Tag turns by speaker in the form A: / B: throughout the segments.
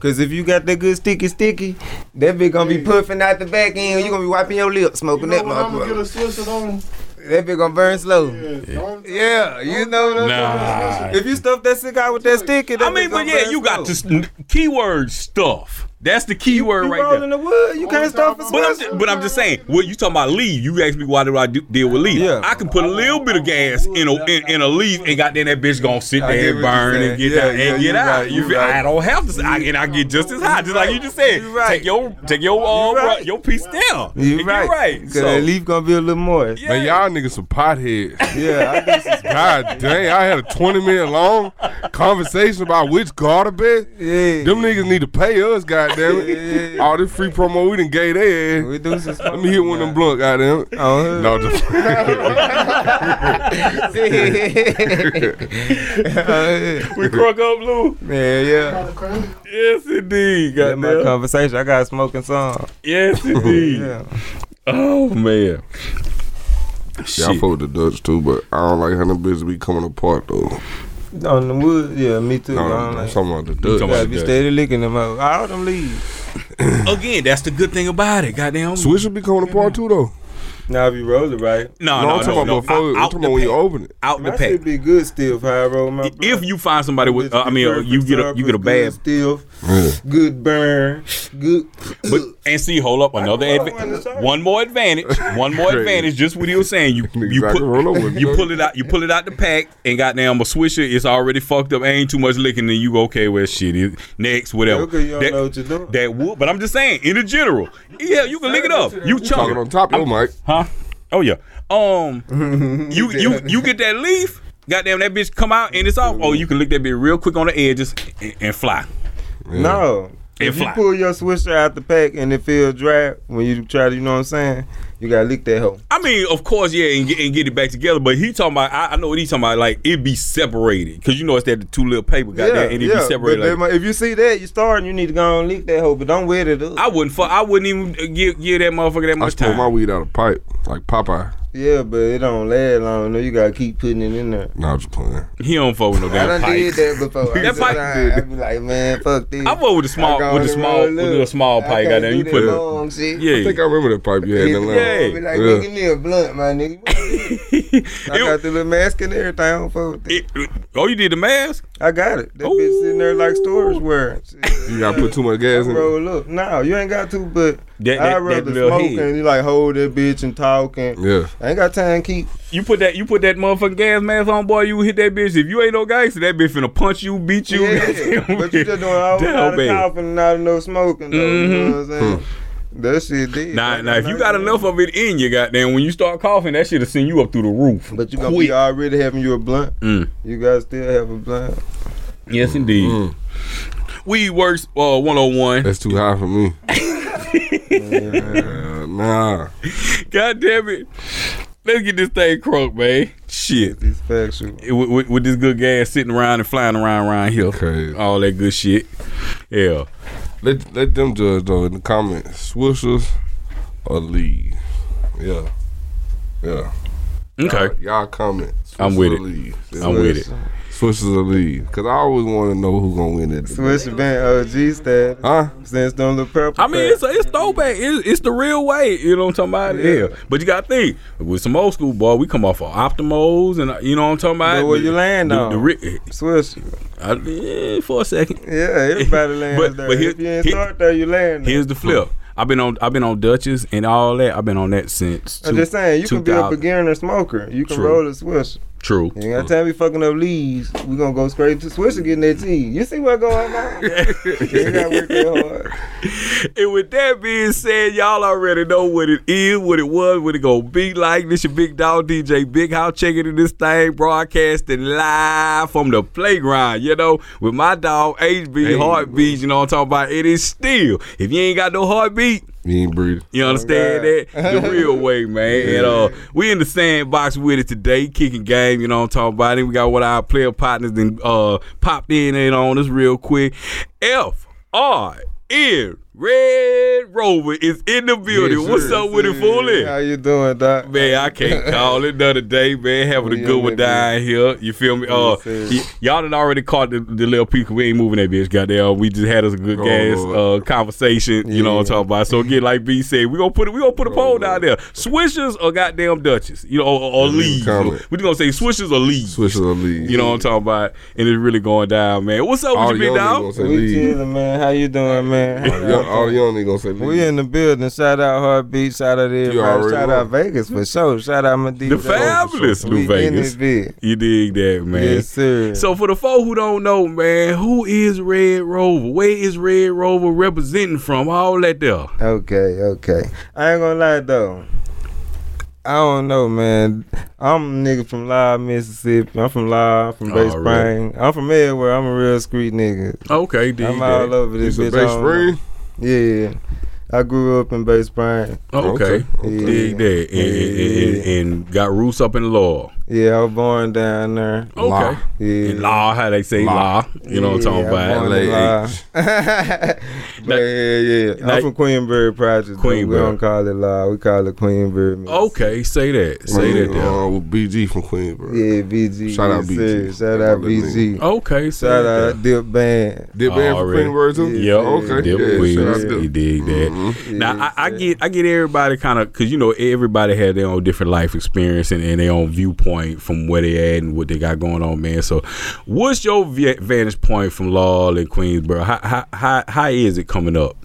A: Cause if you got that good sticky sticky, that bitch gonna be puffing out the back end. You gonna be wiping your lips,
B: You
A: smoking
B: know when
A: that
B: I'm gonna get a
A: motherfucker.
B: Swisher on?
A: That bitch gonna burn slow.
B: Yeah,
A: Yeah,
B: don't-
A: you know what I'm
C: Nah.
A: saying? If you stuff that cigar with that sticky, that
C: I mean,
A: bitch
C: but
A: gonna
C: yeah,
A: burn
C: you got
A: slow.
C: this n- keyword stuff. That's the keyword
A: You
C: right
A: rolling the
C: there.
A: wood, you can't stuff a
C: But I'm,
A: Swisher.
C: just, but I'm just saying, what you talking about leaf? You asked me why do I do, deal with leaf?
A: Yeah.
C: I can put a little bit of gas in a in, in a leaf, and goddamn that bitch gonna sit
A: I get
C: there and
A: what you're
C: burn and
A: saying.
C: get
A: Yeah,
C: out
A: yeah,
C: and get
A: you
C: out.
A: right,
C: You
A: you
C: feel- I
A: right.
C: don't have to, I, and I get just as high, just like you just said.
A: You right.
C: Take your take your uh,
A: You right.
C: bro- your piece down.
A: You
C: And
A: right.
C: You right.
A: Cause
C: So,
A: that leaf gonna be a little moist.
C: yeah.
D: Man, y'all niggas some potheads.
A: Yeah, I guess it's,
D: God dang, I had a 20 minute long conversation about which guard to be.
A: yeah.
D: Them niggas need to pay us, goddamn it.
A: Yeah.
D: All this free promo we done gave their ass.
A: We do some
D: Let me hit one of them blunt, goddamn it.
A: Oh,
D: No, just
C: we crook up, Lou.
A: yeah, yeah.
C: Yes, indeed.
A: That my
C: Goddamn.
A: conversation. I got a smoking song.
C: Yes, indeed.
A: Yeah.
C: Oh man.
D: yeah, I fuck with the Dutch too, but I don't like how them bitches be coming apart though.
A: On the wood. Yeah, me too.
D: No,
A: I
D: no,
A: don't
D: no, I'm
A: like-
D: talking about the
C: You talking
D: Dutch.
A: Gotta be
C: about
A: steady licking them out. All them leaves.
C: Again, that's the good thing about it. Goddamn.
D: Swish should be coming apart too though.
A: Now if you roll it right,
C: No,
D: no,
C: Ah,
D: I'm
C: no,
D: talking
C: no,
D: about
C: no.
D: before.
C: Out-
D: I'm
C: out
D: talking
C: the
D: about when
C: pack.
D: you open it.
C: Out the
A: my
C: pack.
A: shit be good still. If I roll my. blunt.
C: If you find somebody with,
A: Bitch
C: uh, I
A: be
C: mean, uh,
A: perfect
C: you get a
A: syrup,
C: you get a
A: it's
C: bad,
A: good still.
D: Yeah.
A: Good burn. Good.
C: but and see, hold up, another
A: roll one in the
C: adva-
A: circle.
C: one more advantage, one more
D: Crazy.
C: advantage. Just what he was saying, you
D: Niggas
C: you
D: out here roll over
C: put
D: me,
C: you
D: dog.
C: pull it out, you pull it out the pack, and goddamn a swisher is already fucked up. Ain't too much licking, and you go, okay, well, shit, it- next, whatever.
A: Okay, you don't know
C: That,
A: what you're doing.
C: that would, but I'm just saying, in the general, yeah, you can lick it up. You chunk
D: Talking
C: it.
D: on top of your mic.
C: Huh? Oh yeah. Um, you you you get that leaf. Goddamn, that bitch come out and it's off. Oh, you can lick that bitch real quick on the edges and, and fly.
A: No.
C: It
A: If you
C: fly.
A: pull your swisher out the pack and it feels dry when you try to, you know what I'm saying? You gotta lick that hoe.
C: I mean, of course, yeah, and get, and get it back together. But he talking about, I, I know what he talking about. Like it be separated because you know it's that two little paper goddamn, and it be separated.
A: But
C: like-
A: that might- if you see that, you starting, you need to go and lick that hoe, but don't wet it up.
C: I wouldn't fuck. I wouldn't even uh, give give that motherfucker that
D: I
C: much
D: just pulled
C: time.
D: my weed out of pipe like Popeye.
A: yeah, but it don't last long. No, you gotta keep putting it in there.
D: No, I'm just playing.
C: he don't fuck with no
A: I
C: damn
A: done
C: pipe.
A: did that before.
C: That
A: I
C: pipe-
A: I be like, man, fuck this.
C: I fuck with the small
A: I go
C: with the
A: on
C: small
A: road,
C: with the
A: look.
C: small
A: I
C: pipe.
A: can't
C: Goddamn,
A: do
C: you
A: that
C: put it.
A: long shit.
D: I think I
C: Yeah.
D: remember that pipe you had in
A: Yeah,
D: Atlanta.
A: I be like,
D: Yeah.
A: nigga, me a blunt, my nigga. I
C: It-
A: got the little mask and everything. I don't fuck with that.
C: it, oh, you did the mask?
A: I got it. That bitch sitting there like storage
C: Ooh.
A: where
D: You gotta put too much gas in it.
A: roll up. No, you ain't got to, but I'd
C: That, that, that
A: rather
C: little
A: smoke
C: head.
A: and you like hold that bitch and talk and
D: Yeah.
A: I ain't got time to keep.
C: You put that you put that motherfucking gas mask on, boy. You hit that bitch. If you ain't no gangster, that bitch finna punch you, beat you.
A: yeah, but you just doing all
C: Damn,
A: out of
C: baby.
A: coughing and out of no smoking. Though, You know
C: Mhm.
A: what I'm saying? That shit did.
C: Nah, nah. If you got enough of it in you, goddamn, when you start coughing, that shit'll send you up through the roof.
A: But you gonna be already having you a blunt.
C: Mm.
A: You guys still have a blunt.
C: Yes, indeed.
D: Mm.
C: Weed works. Uh, one hundred and one.
D: That's too high for me. Uh, nah.
C: God damn it. Let's get this thing crunk, man. Shit.
A: It's factual.
C: It- With, with- with this good gas sitting around and flying around around here.
D: Crazy.
C: All that good shit. Yeah.
D: Let let them judge though in the comments. Swishers or leave. Yeah. Yeah.
C: Okay.
D: Y'all, y'all comment.
C: I'm
D: Swishers
C: with
D: or
C: it.
D: leave. Yeah.
C: I'm with it.
D: Swishers or leave. Cause I always want to know who gonna win that. debate.
A: Swiss band OG stat.
D: Huh?
A: Since don't look purple.
C: I mean, it's it's throwback. It's, it's the real way. You know what I'm talking about? Yeah.
A: Mm-hmm. Yeah.
C: But you got to think with some old school boy, we come off of Optimos, and uh, you know what I'm talking about.
A: But where you land
C: the,
A: on?
C: The, ri-
A: Swiss.
C: I- eh, for a second.
A: Yeah, everybody lands
C: But-
A: there.
C: but here-
A: if you ain't
C: here-
A: start there, you land there.
C: Here's the flip. I've been on I've been on Dutchess and all that. I've been on that since.
A: I'm
C: two-
A: just saying, you can be a
C: 2000.
A: beginner smoker. You can
C: True.
A: roll a Swiss.
C: True.
A: You ain't got time to be fucking up leaves. We gonna go straight to Swiss and getting that tea. You see what going on? you ain't gotta work that hard.
C: And with that being said, y'all already know what it is, what it was, what it gonna be like. This your big dog DJ Big House checking in this thing, broadcasting live from the playground, you know, with my dog HB Heartbeat, you know what I'm talking about? It is still. If you ain't got no heartbeat,
D: You ain't breathing.
C: you understand that? The real way, man. And uh we in the sandbox with it today, kicking game, you know what I'm talking about. And we got one of our player partners then uh popped in and on us real quick. F R N Red Rover is in the building.
D: Yes,
C: What's
D: sir.
C: up with it, fooling?
A: How you doing, Doc?
C: Man, I can't call it another day, man. Having
A: We
C: a good
A: on
C: one
A: that bitch.
C: down here. You feel me? Uh,
A: sir.
C: y- y'all done already caught the, the little peak. We ain't moving that bitch, goddamn. We just had us a good
D: Oh,
C: gas
D: Lord.
C: uh, conversation. You know what I'm talking about. So again, like B said, we gonna put it. We gonna put a
D: Oh,
C: poll down there. Swishers or goddamn Duchess. You know, or, or
D: leave a
C: leaves.
D: comment.
C: We just gonna say swishers or leaves.
D: Switch to the lead.
C: You know what I'm talking about? And it's really going down, man. What's up
D: All
C: with you,
D: young
C: big
D: niggas
C: dog?
D: gonna say
A: We
D: lead.
A: chilling, man. How you doing, man?
D: All young- all young niggas gonna say lead.
A: We in the building. Shout out Heartbeat. Shout out everybody.
D: already
A: Shout
D: know.
A: out Vegas for sure. Shout out my DJ.
C: The fabulous
A: We
C: New Vegas.
A: in it,
C: You dig that, man?
A: Yes, sir.
C: So for the folk who don't know, man, who is Red Rover? Where is Red Rover representing from? All that there.
A: Okay, okay. I ain't gonna lie though. I don't know, man. I'm a nigga from Live, Mississippi. I'm from Live, from Bay
C: All right.
A: Spring. I'm from everywhere. I'm a real street nigga.
C: Okay, dig
A: I'm all
C: that.
A: over this
D: It's a
A: bitch.
D: base
A: I don't know.
D: spring.
A: Yeah. I grew up in Bay Spring.
C: Okay.
A: Yeah.
C: Dig that. And, and- and- and- and got roots up in law.
A: Yeah, I was born down there.
C: Okay.
D: Law.
A: Yeah.
C: Oh. In law, how they say law.
D: Law.
C: You know what I'm talking
A: Yeah,
C: about.
A: I'm
D: LAH.
A: born in Live.
C: Now-
A: but yeah, yeah.
C: now-
A: I'm from Queenberry Project. Queenberry. We
C: Queenberry.
A: don't call it Live. We call it Queenberry. Mississippi.
C: Okay, say that.
D: My
C: Say that
D: nigga,
C: there.
D: uh, with BG from Queensboro.
A: Yeah, BG.
D: Shout out
A: yes, sir.
D: BG.
A: Shout
D: That
A: out
D: my little
A: BG.
C: Okay, say
A: Shout
C: that.
A: out Dip Band.
D: Did band from
C: Already.
D: Queensboro too?
C: Yeah,
D: Okay.
C: Dip
D: yeah, shout out
C: wheels.
D: to
C: You
D: them.
C: dig that?
D: Mhm.
C: Now I, I
A: Yes,
C: get I get everybody kind of because you know everybody had their own different life experience and, and their own viewpoint from where they at and what they got going on, man. So, what's your vi- vantage point from Law and Queensboro? How, how how how is it coming up?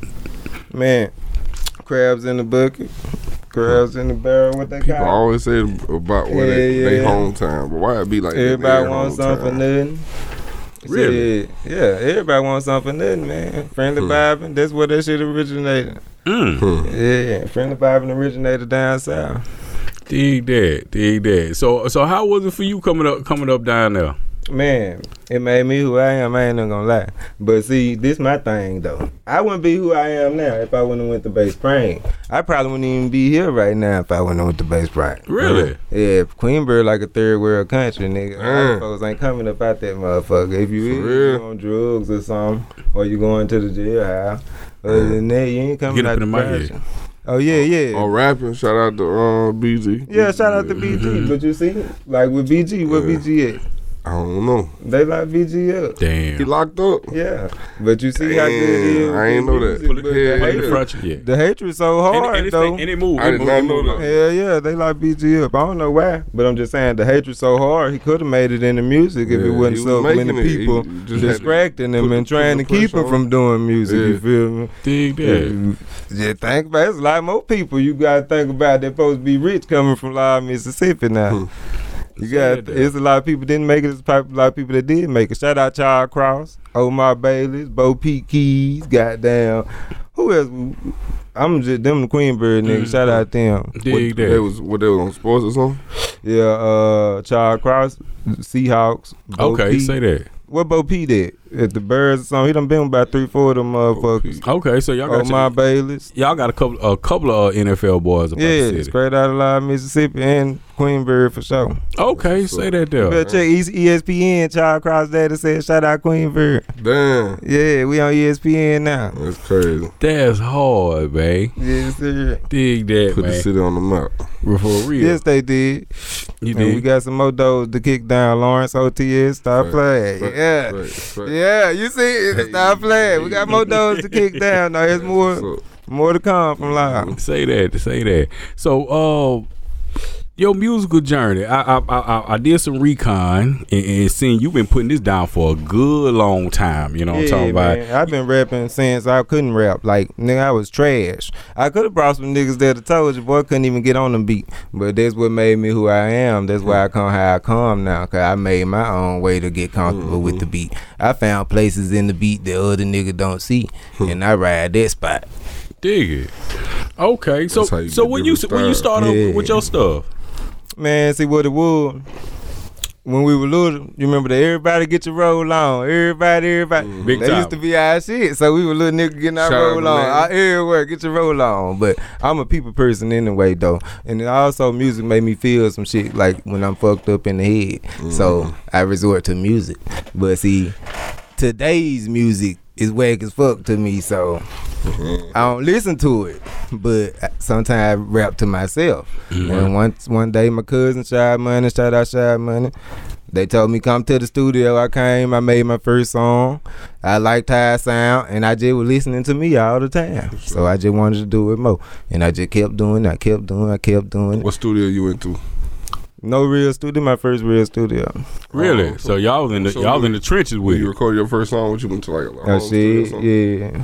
A: Man, crabs in the bucket, crabs in the barrel, what they
D: People
A: call
D: always say about where they,
A: Yeah,
D: they
A: yeah.
D: hometown, but why it be like
A: it.
D: that in
A: Everybody
D: their
A: wants
D: hometown?
A: something nothing.
C: Really?
A: Yeah, yeah, everybody wants something nothing, man. Friendly vibing, that's where that shit originated.
C: Mm.
D: Hmm.
A: Yeah, friendly vibing originated down south.
C: Dig that, dig that. So so how was it for you coming up coming up down there?
A: Man, it made me who I am. I ain't even gonna lie. But see, this my thing though. I wouldn't be who I am now if I wouldn't went to Base Spring. I probably wouldn't even be here right now if I wouldn't went to Base Spring.
C: Really?
A: Yeah, Queenborough like a third world country, nigga.
D: Mm.
A: Other folks ain't coming up out that motherfucker. If you
D: For
A: is,
D: real.
A: you on drugs or something, or you going to the jailhouse. Other than that, you ain't coming
C: Get up
A: out
C: in the mic,
A: country. Oh yeah, yeah.
D: On rapping, shout out to uh, BG.
A: Yeah, shout out to BG. But you see, like with BG, where
D: Yeah.
A: BG at?
D: I don't know.
A: They lock BG up.
D: He
C: Damn.
D: locked up.
A: Yeah. But you see how good it is.
D: Damn, I ain't know that.
A: But
D: Yeah,
A: the,
C: Play the
A: hatred,
C: front, yeah.
A: the hatred's so hard,
C: And, and, it's-
A: though.
C: and it moved.
D: I
C: it
D: did
C: moved,
D: not
C: it
D: know
C: moved.
D: that.
A: Hell yeah, they like BG up. I don't know why, but I'm just saying the hatred so hard. He could have made it into music if
D: Yeah,
A: it wasn't
D: he
A: so
D: was making
A: many
D: it. He
A: people
D: just had to
A: distracting him
D: put the-
A: and
D: put
A: trying
D: the
A: to keep
D: pressure
A: him from doing music.
D: Yeah.
A: You feel me?
C: Dig that.
A: Yeah, think about it. It's a lot more people you gotta think about that supposed to be rich coming from Live, Mississippi now. You
C: Say that
A: got
C: there.
A: it's a lot of people didn't make it. It's probably a lot of people that did make it. Shout out Child Cross, Omar Bayless, Bo Peep Keys, goddamn. Who else? I'm just them the Queenberry niggas.
C: Mm-hmm.
A: Shout out them.
C: Dig
D: What, they
C: that.
D: was what they was on sports or something.
A: Yeah, uh Child Cross, Seahawks. Bo
C: Okay,
A: Peep.
C: say that.
A: What Bo P did at the Birds or something? He done been with about three, four of them motherfuckers.
C: Okay, so y'all got
A: Oh
C: your-
A: my Bayless.
C: Y'all got a couple, a couple of uh, NFL boys about
A: Yeah,
C: the
A: it's
C: city.
A: straight out of Live, Mississippi and Queenberry for sure.
C: Okay, say that there.
A: Better check E- ESPN. Child Cross Daddy said, shout out Queenberry.
D: Damn,
A: Yeah, we on E ESPN now.
D: that's crazy.
C: That's hard, man.
A: Yes, sir.
C: Dig that,
D: Put the
C: man.
D: city on the map.
C: For real,
A: Yes, they did.
C: you
A: And we
C: dig.
A: got some more doors to kick down. Lawrence OTS, stop
D: Right,
A: playing.
D: Right,
A: yeah.
D: right, right.
A: Yeah, you see, it's stop playing. We got more doors to kick down. Now there's
D: What's
A: more,
D: up?
A: more to come from live.
C: Say that. Say that. So, uh, your musical journey. I I, I, I- I did some recon and, and seeing you've been putting this down for a good long time. You know what I'm talking about.
A: man. I've been rapping since I couldn't rap. Like nigga, I was trash. I could have brought some niggas that I told you, boy, couldn't even get on the beat. But that's what made me who I am. That's
C: Mm-hmm.
A: why I come how I come now. Cause I made my own way to get comfortable with the
C: Mm-hmm.
A: beat. I found places in the beat that other nigga don't see,
C: Hmm.
A: and I ride that spot.
C: Dig it. Okay, so
D: That's how you
C: so
D: get
C: when you
D: different
C: when you start up
A: Yeah.
C: with your stuff,
A: Man, see what it would. When we were little, you remember that everybody get your roll on. Everybody, everybody.
C: Big
A: that
C: time.
A: used to be our shit. So we were little niggas getting our
D: Mm, Shout out
A: roll
D: to
A: on.
D: Larry.
A: Our everywhere, get your roll on. But I'm a people person anyway, though. And then also, music made me feel some shit like when I'm fucked up in the head.
D: Mm.
A: So I resort to music. But see, today's music is whack as fuck to me. So
D: Mm-hmm.
A: I don't listen to it, but sometimes I rap to myself.
D: Mm-hmm.
A: And once one day, my cousin Shy Money, shout out Shy Money. They told me come to the studio. I came. I made my first song. I liked how I sound, and I just was listening to me all the time. So I just wanted to do it more, and I just kept doing. it, I kept doing. it, I kept doing. it.
D: What studio you went to?
A: No real studio. My first real studio.
C: Really?
D: Oh,
C: so, y'all was in the
D: so
C: y'all was
D: we-
C: in the trenches
D: When
C: with
D: you
C: you.
D: recorded your first song, what you went to like? a home
A: Oh
D: studio or
A: shit! Yeah,
D: something?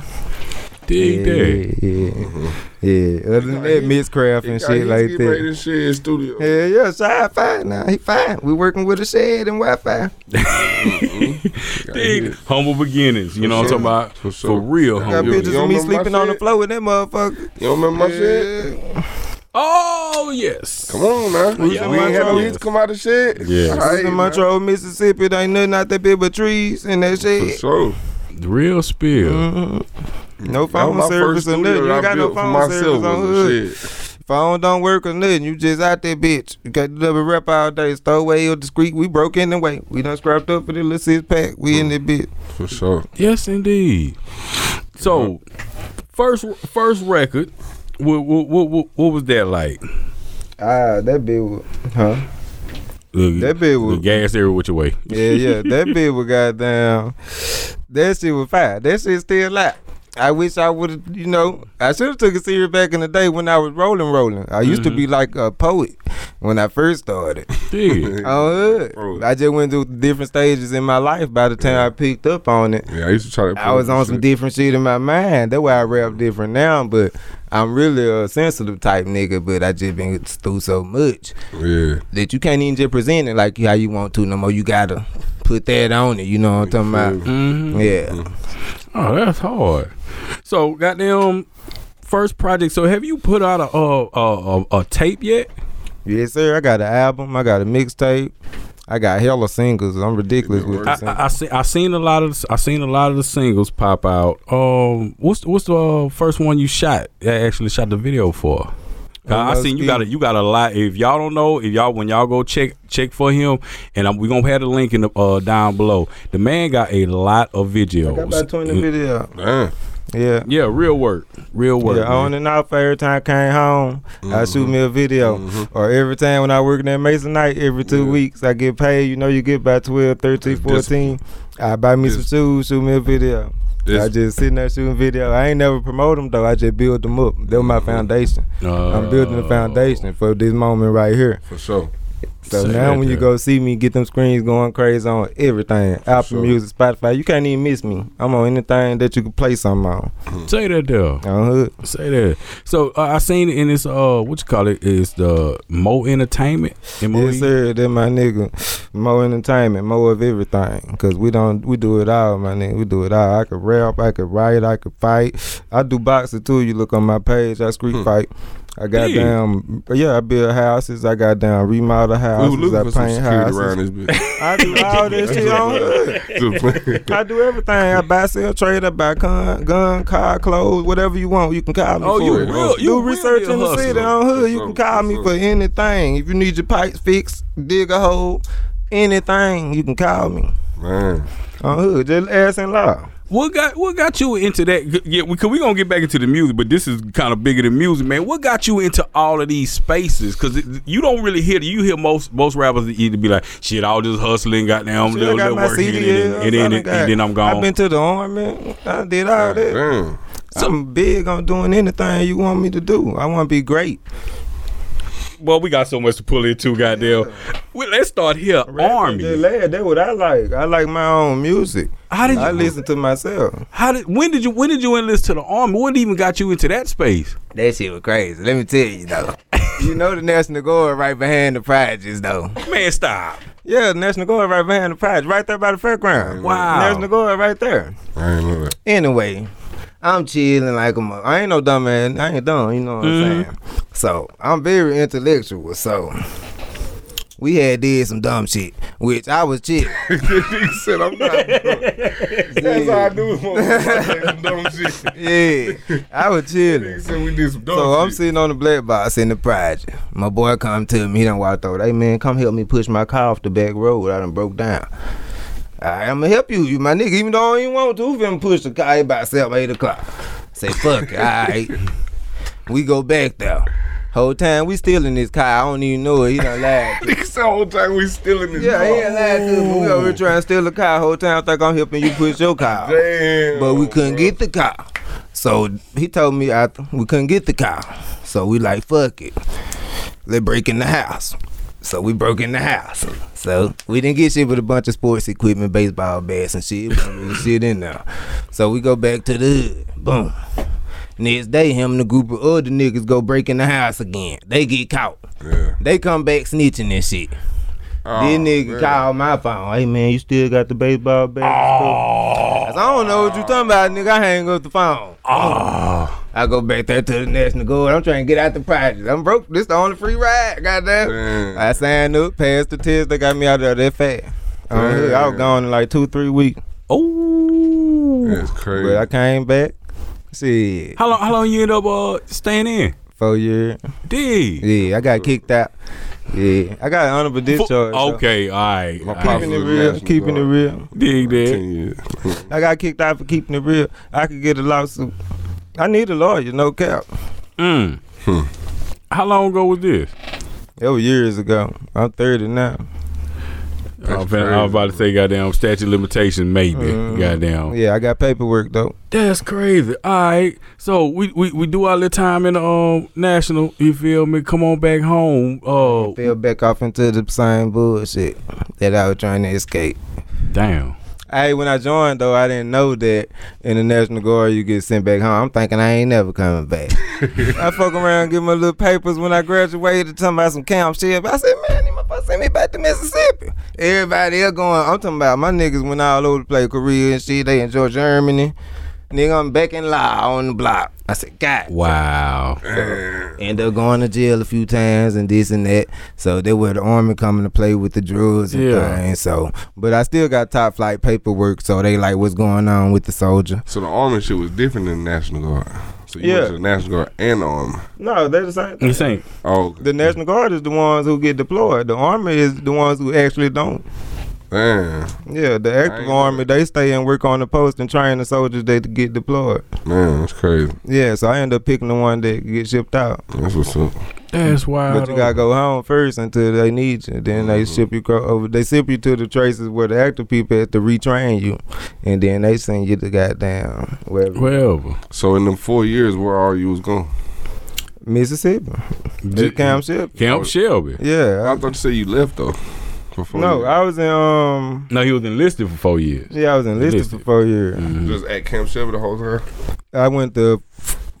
C: Dig that.
A: yeah, yeah, yeah. Other than
D: Mm-hmm. He got
A: that,
D: his-
A: miscraft
D: Yeah,
A: and shit
D: he's
A: like
D: getting ready
A: that.
D: to shit in studio.
A: Yeah, yeah. Shy fine now. He fine. We working with a shed and Wi-Fi.
C: Dig that. humble beginnings. You know what I'm
D: sure.
C: talking about?
D: For
C: For,
D: sure.
C: real
D: I
A: Got
C: humble.
D: Oh, you-
A: pictures
D: you
A: of me
D: remember my
A: sleeping on the
D: shit?
A: floor with that motherfucker.
D: You don't remember my shit?
C: Oh yes.
D: Come on, man.
C: Yeah,
D: we
C: my
D: ain't have no
C: trouble.
D: need to come out of shit.
C: Yeah.
D: All
A: Right,
D: right,
A: in
D: man.
A: Montrose, Mississippi, there ain't nothing out there big but trees and that
D: For
A: shit.
D: sure.
C: The real spill.
D: Mm-hmm.
A: Mhm. No
D: That was
A: phone
D: my
A: service
D: first
A: or
D: studio
A: nothing. You
D: that I
A: ain't got no
D: built for
A: phone service
D: myself
A: on
D: was
A: hood.
D: a shit.
A: Phone don't work or nothing. You just out there, bitch. You got to double rap all day. Stowaway or discreet. We broke in the way. We done scrapped up for the little six pack. We in the bitch.
D: For sure.
C: Yes, indeed. So, first first record, what what what, what, what was that like?
A: Ah, that bitch was, huh?
C: The,
A: That bitch
C: the
A: was,
C: gas area with your way.
A: yeah, yeah. That bitch was goddamn. That shit was fire. That shit still alive. I wish I would have, you know, I should have took it serious back in the day when I was rolling, rolling. I used to be like a poet when I first started.
C: Dig.
A: Oh,
D: Bro.
A: I just went through different stages in my life. By the time I picked up on it,
D: Yeah, I used to try to.
A: I was on some different shit in my mind. That's why I rap different now. But I'm really a sensitive type nigga. But I just been through so much
D: Yeah.
A: that you can't even just present it like how you want to no more. You gotta put that on it. You know what I'm talking about?
C: Mhm.
A: Yeah.
C: Oh, that's hard. So, goddamn first project. So, have you put out a a, a, a, a tape yet?
A: Yes, sir. I got an album. I got a mixtape. I got hella singles. I'm ridiculous with
C: I,
A: this.
C: I, I see. I seen a lot of. the- I seen a lot of the singles pop out. Um, what's the- what's the uh, first one you shot? That actually shot the video for. Uh, I seen you got a, you got a lot. If y'all don't know, if y'all when y'all go check check for him, and I'm, we gonna have the link in the uh, down below. The man got a lot of videos. Mm.
A: I got about
C: Mm-hmm.
A: 20 video.
D: Damn.
A: Yeah.
C: Yeah, real work, real work.
A: Yeah, on
C: man. Mm-hmm.
A: and off. Every time I came home, I shoot me a video. Or every time when I working at Masonite, every two
D: Yeah.
A: weeks, I get paid. You know, you get by 12, 13,
D: That's
A: 14. I buy me some
D: Dis-
A: shoes, shoot me a video. I
D: That's-
A: just sitting there shooting video. I ain't never promote them though. I just build them up. They were my foundation. I'm building the
C: Uh,
A: foundation for this moment right here.
D: For sure.
A: So
C: Say
A: now
C: that
A: when you
C: there.
A: go see me, get them screens going crazy on everything. Apple
D: Sure.
A: Music, Spotify. You can't even miss me. I'm on anything that you can play something on.
C: say that though.
A: On hood.
C: Say that. So uh, I seen it in this uh, what you call it is the Mo Entertainment. E. M-O-E?
A: Yes, sir. That my nigga. More entertainment, more of everything. Cause we don't, we do it all, my nigga. We do it all. I could rap, I could write, I could fight. I do boxing too. You look on my page, I street fight. I got
C: Hey.
A: down, yeah. I build houses. I got down remodel
D: We were
A: houses.
D: looking
A: I
D: for some
A: paint
D: security
A: houses.
D: around this bitch.
A: I do all this shit on hood.
D: Just playing.
A: I do everything. I buy, sell, trade. I buy gun, gun, car, clothes, whatever you want. You can call me.
C: Oh,
A: for
C: you
A: it.
D: real-
C: you
A: do
C: really
A: research
C: a
A: in the
C: hustler.
A: city on hood. You can
D: That's
A: call
D: up,
A: me
D: that's
A: for anything. If you need your pipes fixed, dig a hole, anything, you can call me
D: Man.
A: on hood. Just ass and law.
C: What got what got you into that? G- Yeah, because we gonna get back into the music, but this is kind of bigger than music, man. What got you into all of these spaces? Because you don't really hear you hear most most rappers either be like, shit, all this hustling, goddamn,
A: Shit,
C: little,
A: I got
C: little
A: my uh,
C: work here,
A: CDLs.
C: and then, and
A: I
C: then,
A: done got-
C: and then I'm gone.
A: I've been to the army. I did all that.
D: Damn.
A: I'm big on doing anything you want me to do. I want to be great.
C: well, we got so much to pull into, goddamn. Well, let's start here.
A: Yeah,
C: Army.
A: lad, that's what I like. I like my own music.
C: How did
A: I
C: you-
A: listen to myself.
C: How did when did you when did you enlist to the army? What even got you into that space?
A: That shit was crazy. Let me tell you though. you know the National Guard right behind the projects though.
C: Man, stop.
A: Yeah, the National Guard right behind the projects, right there by the fairground.
C: Wow.
A: National Guard right there.
D: I ain't know that.
A: Anyway, I'm chilling like a mo- I ain't no dumb man. I ain't dumb. You know what
D: Mm-hmm.
A: I'm saying? So I'm very intellectual. So. We had did some dumb shit, which I was chill.
D: he said, I'm not. That's how I do it. motherfucker. Some dumb shit.
A: yeah, I was
D: He
A: chilling.
D: said we did some dumb
B: Oh,
A: So I'm
D: shit.
A: sitting on the black box in the project. My boy come to me, he done walked over. Hey man, come help me push my car off the back road. I done broke down. All right, I'ma help you, you my nigga. Even though I don't even want to, finna push the car by itself eight o'clock. Say fuck, it, all right. We go back there. Whole time we still in this car. I don't even know it. He done lied. to us.
D: Niggas the whole time we stealing this.
A: Yeah, he
D: car.
A: done lied to us. but We over here trying to steal the car. Whole time I think I'm helping you push your car.
D: Damn.
A: but we couldn't get the car. So he told me I, we couldn't get the car. So we like fuck it, let's break in the house. So we broke in the house. So we didn't get shit but a bunch of sports equipment, baseball bats and shit. Wasn't really shit in there. So we go back to the hood. Boom. Next day, him and a group of other niggas go break in the house again. They get caught.
D: Yeah.
A: They come back snitching and shit. this nigga called my phone. Hey man, you still got the baseball bat? and stuff?" I said, I don't know what you talking about, nigga. I hang up the phone.
C: Ah.
A: I go back there to the National Guard. I'm trying to get out the project. I'm broke. This the only free ride. Goddamn.
D: Damn.
A: I signed up, passed the test. They got me out of there that fast. I was here- I was gone in like two, three weeks.
C: Oh.
D: That's crazy.
A: But I came back. See,
C: How long? How long you end up uh staying in?
A: four years.
C: D.
A: Yeah, I got kicked out. Yeah, I got an honorable discharge. though.
C: Okay. All right. all
D: My
C: right.
D: pops-
A: Keeping it real. Keeping it real.
C: Dig that.
D: Ten years.
A: I got kicked out for keeping it real. I could get a lawsuit. I need a lawyer, no cap.
C: Mm.
A: Hmm.
C: How long ago was this?
A: That was years ago. I'm 30 now.
C: I was finna- I was about to say, goddamn statute of limitations, maybe. Goddamn.
A: Mm-hmm. Yeah, I got paperwork though.
C: That's crazy. All right. So we, we, we do our little time in the um, national. You feel me? Come on back home. Oh,
A: Fell back off into the same bullshit that I was trying to escape.
C: damn.
A: Hey, when I joined though, I didn't know that in the National Guard you get sent back home. I'm thinking I ain't never coming back. I fuck around, get my little papers when I graduated, talking about some camp shit. But I said, man, these motherfuckers sent me back to Mississippi. Everybody else going, I'm talking about my niggas went all over the place, Korea and shit. They enjoy Germany. Nigga, I'm back in law on the block. I said, God
C: Wow.
A: end up going to jail a few times and this and that. So they were the army coming to play with the drugs and
C: Yeah.
A: things. So, but I still got top flight paperwork. So they like, what's going on with the soldier?
D: So the army shit was different than the National Guard. So you
A: Yeah.
D: went to the National Guard and the army.
A: No, they're the same.
C: You think?
D: Oh, okay.
A: The National Guard is the ones who get deployed. The army is the ones who actually don't.
D: damn,
A: Yeah, the active
D: know
A: army they stay and work on the post and train the soldiers that get deployed.
D: man, that's crazy.
A: Yeah, so I end up picking the one that get shipped out.
D: That's what's up.
C: That's wild.
A: But you gotta go home first until they need you. Then they ship you cro- over. They ship you to the traces where the active people have to retrain you, and then they send you to goddamn wherever
C: Whatever.
D: So in them four years, where all you was going?
A: Mississippi,
C: J-
A: Just Camp Ship.
C: Camp Shelby.
D: I
A: Yeah.
D: thought you said you left though. For
A: I,
D: four
A: no,
D: years.
A: I was in um.
C: No, he was enlisted for four years.
A: Yeah, I was enlisted
C: Enlisted.
A: for four years.
D: just at Camp Shelby the whole time.
A: I went to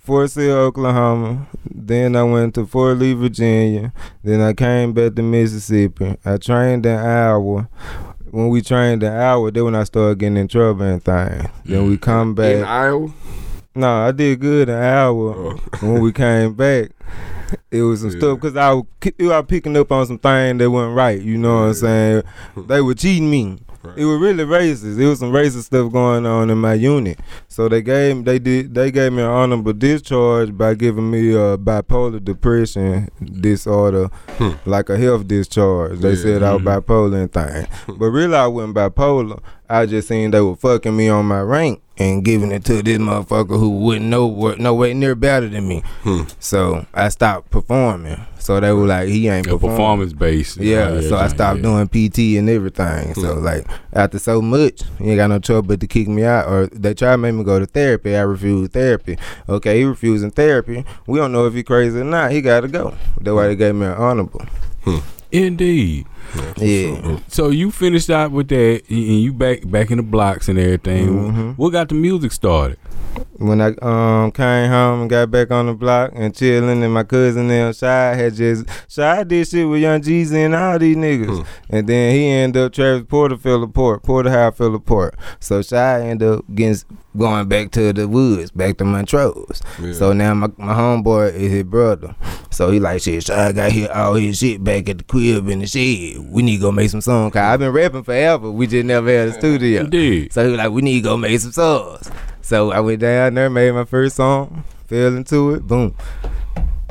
A: Fort Sill, Oklahoma. Then I went to Fort Lee, Virginia. Then I came back to Mississippi. I trained in Iowa. When we trained in Iowa, then when I started getting in trouble and things. Then we come back.
D: In Iowa. Oh,
A: No, I did good in Iowa.
D: Uh-huh.
A: when we came back, it was some
D: Yeah.
A: stuff because I was, ki- I was picking up on some things that wasn't right. You know what I'm saying? They were cheating me.
D: Right.
A: It was really racist. It was some racist stuff going on in my unit. So they gave they did they gave me an honorable discharge by giving me a bipolar depression disorder, like a health discharge. They
D: Yeah.
A: said I was bipolar and thing, but really I wasn't bipolar. I just seen they were fucking me on my rank and giving it to this motherfucker who wouldn't know what no way near better than me. So I stopped performing. So they were like, he ain't
C: A
A: performing.
C: performance based.
A: Yeah, so I stopped doing PT and everything. So like after so much, you ain't got no trouble but to kick me out, or they try to make me go to therapy. I refuse therapy. Okay, he refusing therapy. We don't know if he crazy or not. He got to go. That's why they gave me an honorable.
C: Indeed.
A: Yeah,
C: So you finished out with that, and and you back back in the blocks and everything.
A: Mm-hmm.
C: What got the music started?
A: when I um came home and got back on the block and chilling, and my cousin them Shy had just Shy did shit with Young Jeezy and all these niggas, and then he ended up Travis Porter fell apart, Porter High fell apart, so Shy ended up getting going back to the woods, back to Montrose.
D: Yeah.
A: So now my my homeboy is his brother, so he like shit. Shy got here all his shit back at the crib in the shed. We need to go make some songs. Cause I've been rapping forever. We just never had a studio.
C: Indeed.
A: So he was like, we need to go make some songs. So I went down there, made my first song, fell into it, boom.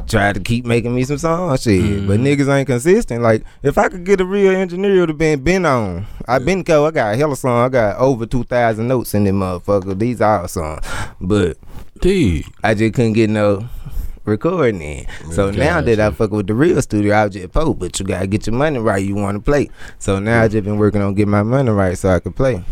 A: Tried to keep making me some song shit, but niggas ain't consistent. Like if I could get a real engineer, it would have been been on. I been co. I got a hella song. I got over two thousand notes in them motherfucker. These are songs, but
C: Dude.
A: I just couldn't get no recording in. So now that I fuck with the real studio, I just poke, but you gotta get your money right. You want to play. So now I just been working on getting my money right so I could play.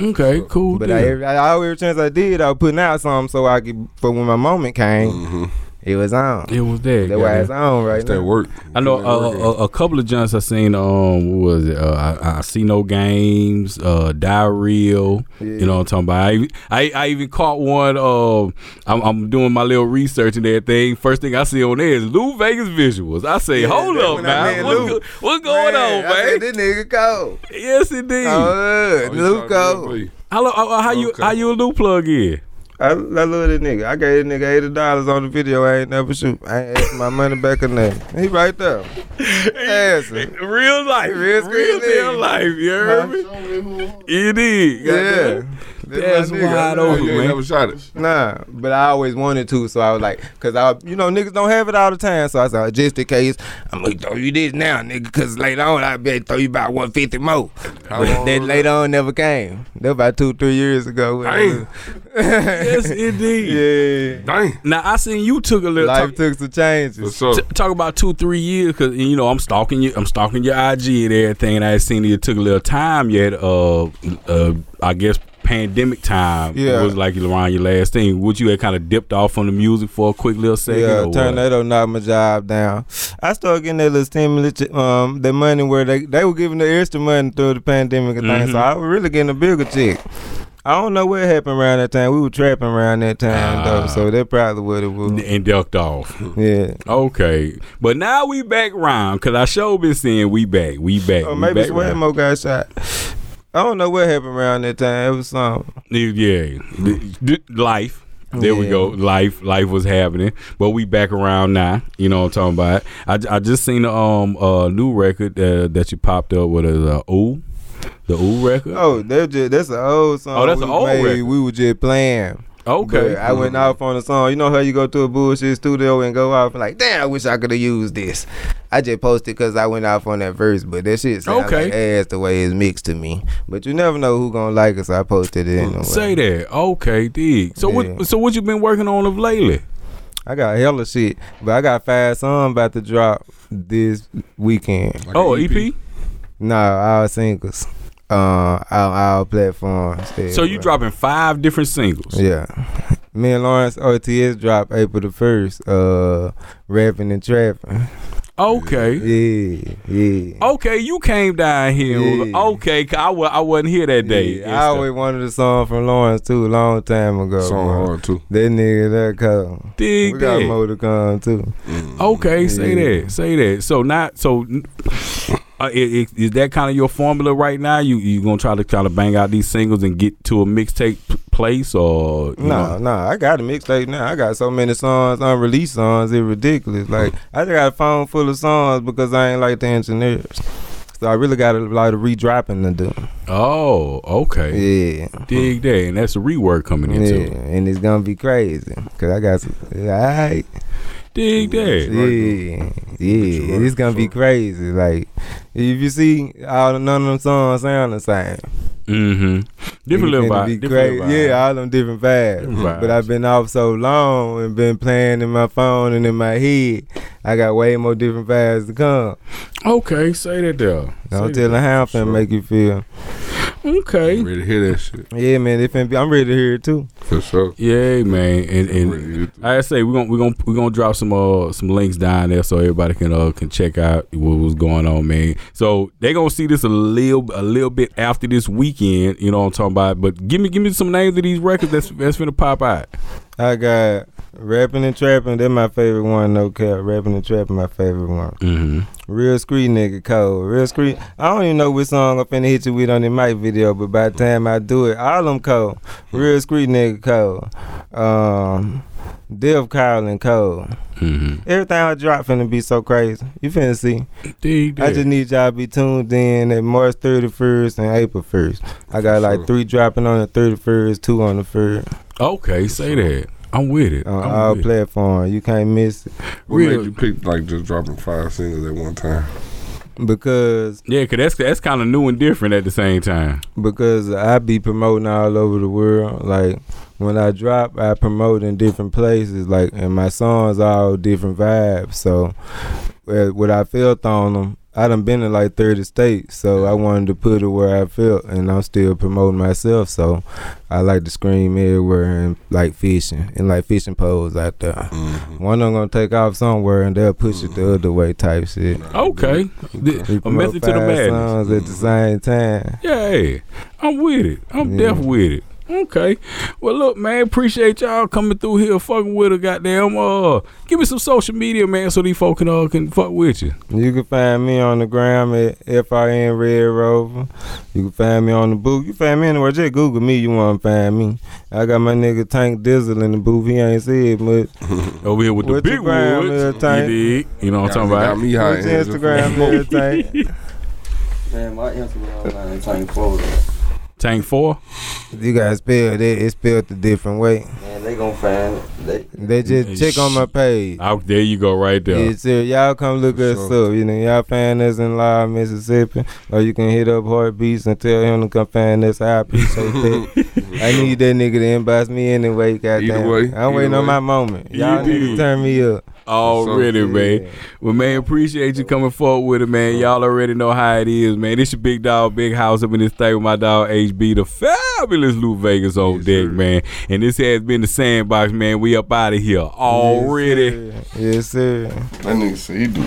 C: Okay, cool.
A: But
C: deal.
A: I, every, I always every chance I did, I was putting out something so I could. For when my moment came,
D: Mm. mm-hmm.
A: it was on.
C: it was there.
A: That's why
C: goddamn.
A: it's on right
D: That
A: now.
D: work.
C: I know
D: That
C: uh,
D: work.
C: a, a couple of joints I seen. Um, what was it? Uh, I, I see no games. Uh, diarrhea. You know what I'm talking about. I, even- I I even caught one. Um, I'm, I'm doing my little research and everything. First thing I see on there is Lou Vegas visuals. I say,
A: Yeah,
C: hold
A: that's
C: up
A: when I
C: now,
A: met
C: what's,
A: Lou.
C: go- what's going
A: Man,
C: on,
A: I
C: man?
A: said, This nigga go.
C: yes, indeed.
A: Oh,
D: Oh,
A: look,
D: you trying to
A: Luco.
D: play.
C: How, lo- uh, how, how you
D: Okay.
C: how you a Lou plug in?
A: I, I love this nigga. I gave this nigga eighty dollars on the video. I ain't never shoot. I ain't asked my money back or nothing. He right there. Answer.
C: Real life,
A: Real screen
C: real deal
A: nigga.
C: life. You heard me? It is.
A: Yeah.
C: goddamn. That's
A: That's my nigga.
C: wide
D: Oh,
C: open.
D: you
C: man.
D: ain't never shot it.
A: Nah, but I always wanted to, so I was like, cause I, you know, niggas don't have it all the time, so I said, just in case, I'm gonna throw you this now, nigga, cause later on I bet throw you about 150 more.
D: How long
A: But that
D: was
A: later on never came. That was about two, three years ago.
D: Damn.
C: Yes, indeed.
A: yeah.
D: Dang.
C: Now I seen you took a little.
A: Life
C: talk-
A: took some changes.
D: What's up?
C: t- talk about two, three years, cause you know I'm stalking you. I'm stalking your IG and everything. And I had seen you took a little time yet. Uh, uh, I guess pandemic time.
A: Yeah.
C: was like around your last thing. Would you had kind of dipped off on the music for a quick little second?
A: Yeah,
C: or what?
A: tornado knocked my job down. I started getting that little stimulus, um, that money where they they were giving the extra money through the pandemic and things. So
C: Mm-hmm.
A: I was really getting a bigger check. I don't know what happened around that time. We were trapping around that time
C: Ah.
A: though, so that probably what it was.
C: And- and ducked off.
A: Yeah,
C: Okay, but now we back round because I sure been saying we back, we back.
A: or
C: we
A: Oh, maybe
C: back round.
A: Swaymo got shot. I don't know what happened around that time. It was something.
C: Yeah, D- d- life. There we
A: Yeah.
C: go. Life, life was happening, but we back around now. You know what I'm talking about. I, I just seen the um uh new record uh, that you popped up with a uh, ooh, the ooh record.
A: Oh, that just, that's an old song.
C: Oh, that's
A: we
C: an old
A: made.
C: record.
A: We were just playing.
C: okay,
A: But I went off on a song. You know how you go to a bullshit studio and go off and like, damn, I wish I could have used this. I just posted because I went off on that verse, but that shit sound
C: Okay.
A: like ass the way it's mixed to me. But you never know who gonna like it, so I posted it anyway.
C: Say that. Okay, dig. So
A: Yeah.
C: what? So what you been working on of lately?
A: I got hella shit, but I got five songs about to drop this weekend.
D: Like
C: oh,
D: an E
C: EP.
A: Nah, all singles, uh, on all platforms.
C: So you
A: everywhere.
C: dropping five different singles.
A: Yeah. Me and Lawrence OTS dropped April the first. Uh, rapping and trapping.
C: Okay.
A: Yeah, yeah.
C: Okay, you came down here.
A: Yeah.
C: Okay, 'cause I wa- I wasn't here that day.
A: Yeah, I always wanted a song from Lawrence too, a long time ago.
D: Song
A: bro.
D: hard too.
A: That nigga that come. We
C: dig
A: got
C: that.
A: more to come too.
D: Mm. Oh,
C: Okay, say
A: Yeah.
C: that, say that. So not so. Uh, i- i- is, that kind of your formula right now? You you gonna try to kind of bang out these singles and get to a mixtape p- place or you
A: Nah,
C: know?
A: nah, I got a mixtape now. I got so many songs, unreleased songs, it's ridiculous. Like I just got a phone full of songs because I ain't like the engineers. So I really got a lot of redropping to do.
C: Oh, okay.
A: Yeah,
C: Dig that, and that's a rework coming
A: yeah,
C: into. it.
A: and it's gonna be crazy because I got some. Alright,
C: Dig that.
A: yeah, yeah,
D: right,
A: it's gonna be
D: so-
A: crazy. Like if you see, all none of them songs sound the same.
C: Mm-hmm. Different
A: It
C: little
A: finna
C: vibe.
A: be
C: different
A: great.
C: little vibe.
A: Yeah, all them different vibes.
C: Different vibes.
A: But I've been off so long and been playing in my phone and in my head. I got way more different vibes to come.
C: Okay, say that though.
A: Don't
C: Say
A: tell them how I'm
D: Sure.
A: finna make you feel.
C: that. Okay.
D: Ready to hear that shit
A: Yeah, man, they finna be, I'm ready to hear it too.
D: for sure.
C: Yay, man! And,
D: I'm
C: and
D: ready to get
C: Like I say we're gonna we're gonna we're gonna drop some uh some links down there so everybody can uh can check out what was going on, man. So they gonna see this a little a little bit after this weekend, you know what I'm talking about. But give me give me some names of these records that's that's gonna pop out.
A: I got rapping and trapping. They're my favorite one, no cap. Rapping and trapping, my favorite one.
C: Mm-hmm.
A: Real Scree nigga code. Real Scree. I don't even know which song I'm finna hit you with on the mic video, but by the time I do it, all them code. Real Scree nigga code. Um, Dev Kyle and code.
C: Mm-hmm.
A: Everything I drop finna be so crazy. You finna see.
C: Dig
A: I just
C: that.
A: need y'all to be tuned in at March 31st and April 1st. I got like
D: Sure.
A: three dropping on the 31st, two on the 3rd.
C: Okay, say that. I'm with it.
A: On
C: I'm
A: all
C: with it.
A: platforms. You can't miss it.
D: What
C: Real.
D: made you pick like just dropping five singles at one time?
A: because
C: Yeah, cause that's that's kind of new and different at the same time.
A: because I be promoting all over the world. Like when I drop, I promote in different places. Like and my songs all different vibes. So uh, what I felt on them, I done been in like thirty states. So I wanted to put it where I felt, and I'm still promoting myself. So I like to scream everywhere and like fishing and like fishing poles out there.
D: Mhm.
A: One of them gonna take off somewhere and they'll push it the other way type shit.
C: Okay, The-
A: We
C: a
A: promote
C: method to the
A: five
C: madness.
A: songs at the same time.
C: Yeah, I'm with it. I'm
A: Yeah.
C: deaf with it. Okay. Well, look, man, appreciate y'all coming through here, fucking with a goddamn. Uh, give me some social media, man, so these folk can uh, can fuck with you.
A: You can find me on the gram at FRN Red Rover. You can find me on the booth. You find me anywhere. Just Google me. You want to find me. I got my nigga Tank Dizzle in the booth. He ain't said much.
C: Over here with
A: What
C: the
A: you
C: big
A: grab,
C: woods.
A: little
C: You
A: tank?
C: dig? You know what I'm
D: Got
C: talking
D: me high.
A: What's your Instagram
D: man?
A: nigga Tank?
B: Man, my Instagram line is Tony Florida.
C: about? Tank four.
A: You gotta spell it. It's spelled a different way.
B: Man, they gonna find it. They,
A: They just check on my page.
C: Out there, you go right there.
A: Yeah, sir. uh, Y'all come look
D: For
A: us up. You know, y'all find us in Live, Mississippi. Or you can hit up Heartbeats and tell him to come find us. I appreciate that. I need that nigga to inbox me anyway, goddamn.
D: way,
A: I'm
D: either
A: waiting on
D: way.
A: my moment. Y'all
C: You
A: need
C: did.
A: to turn me up.
C: Already, man. Well, man, appreciate you coming forward with it, man. Y'all already know how it is, man. This your big dog, big house up in this thing with my dog HB, the fabulous Lou Vegas on
D: Yes,
C: deck,
D: sir.
C: man. And this has been the sandbox, man. We up out of here already.
A: Yes, sir. Yes, sir.
D: That nigga said he do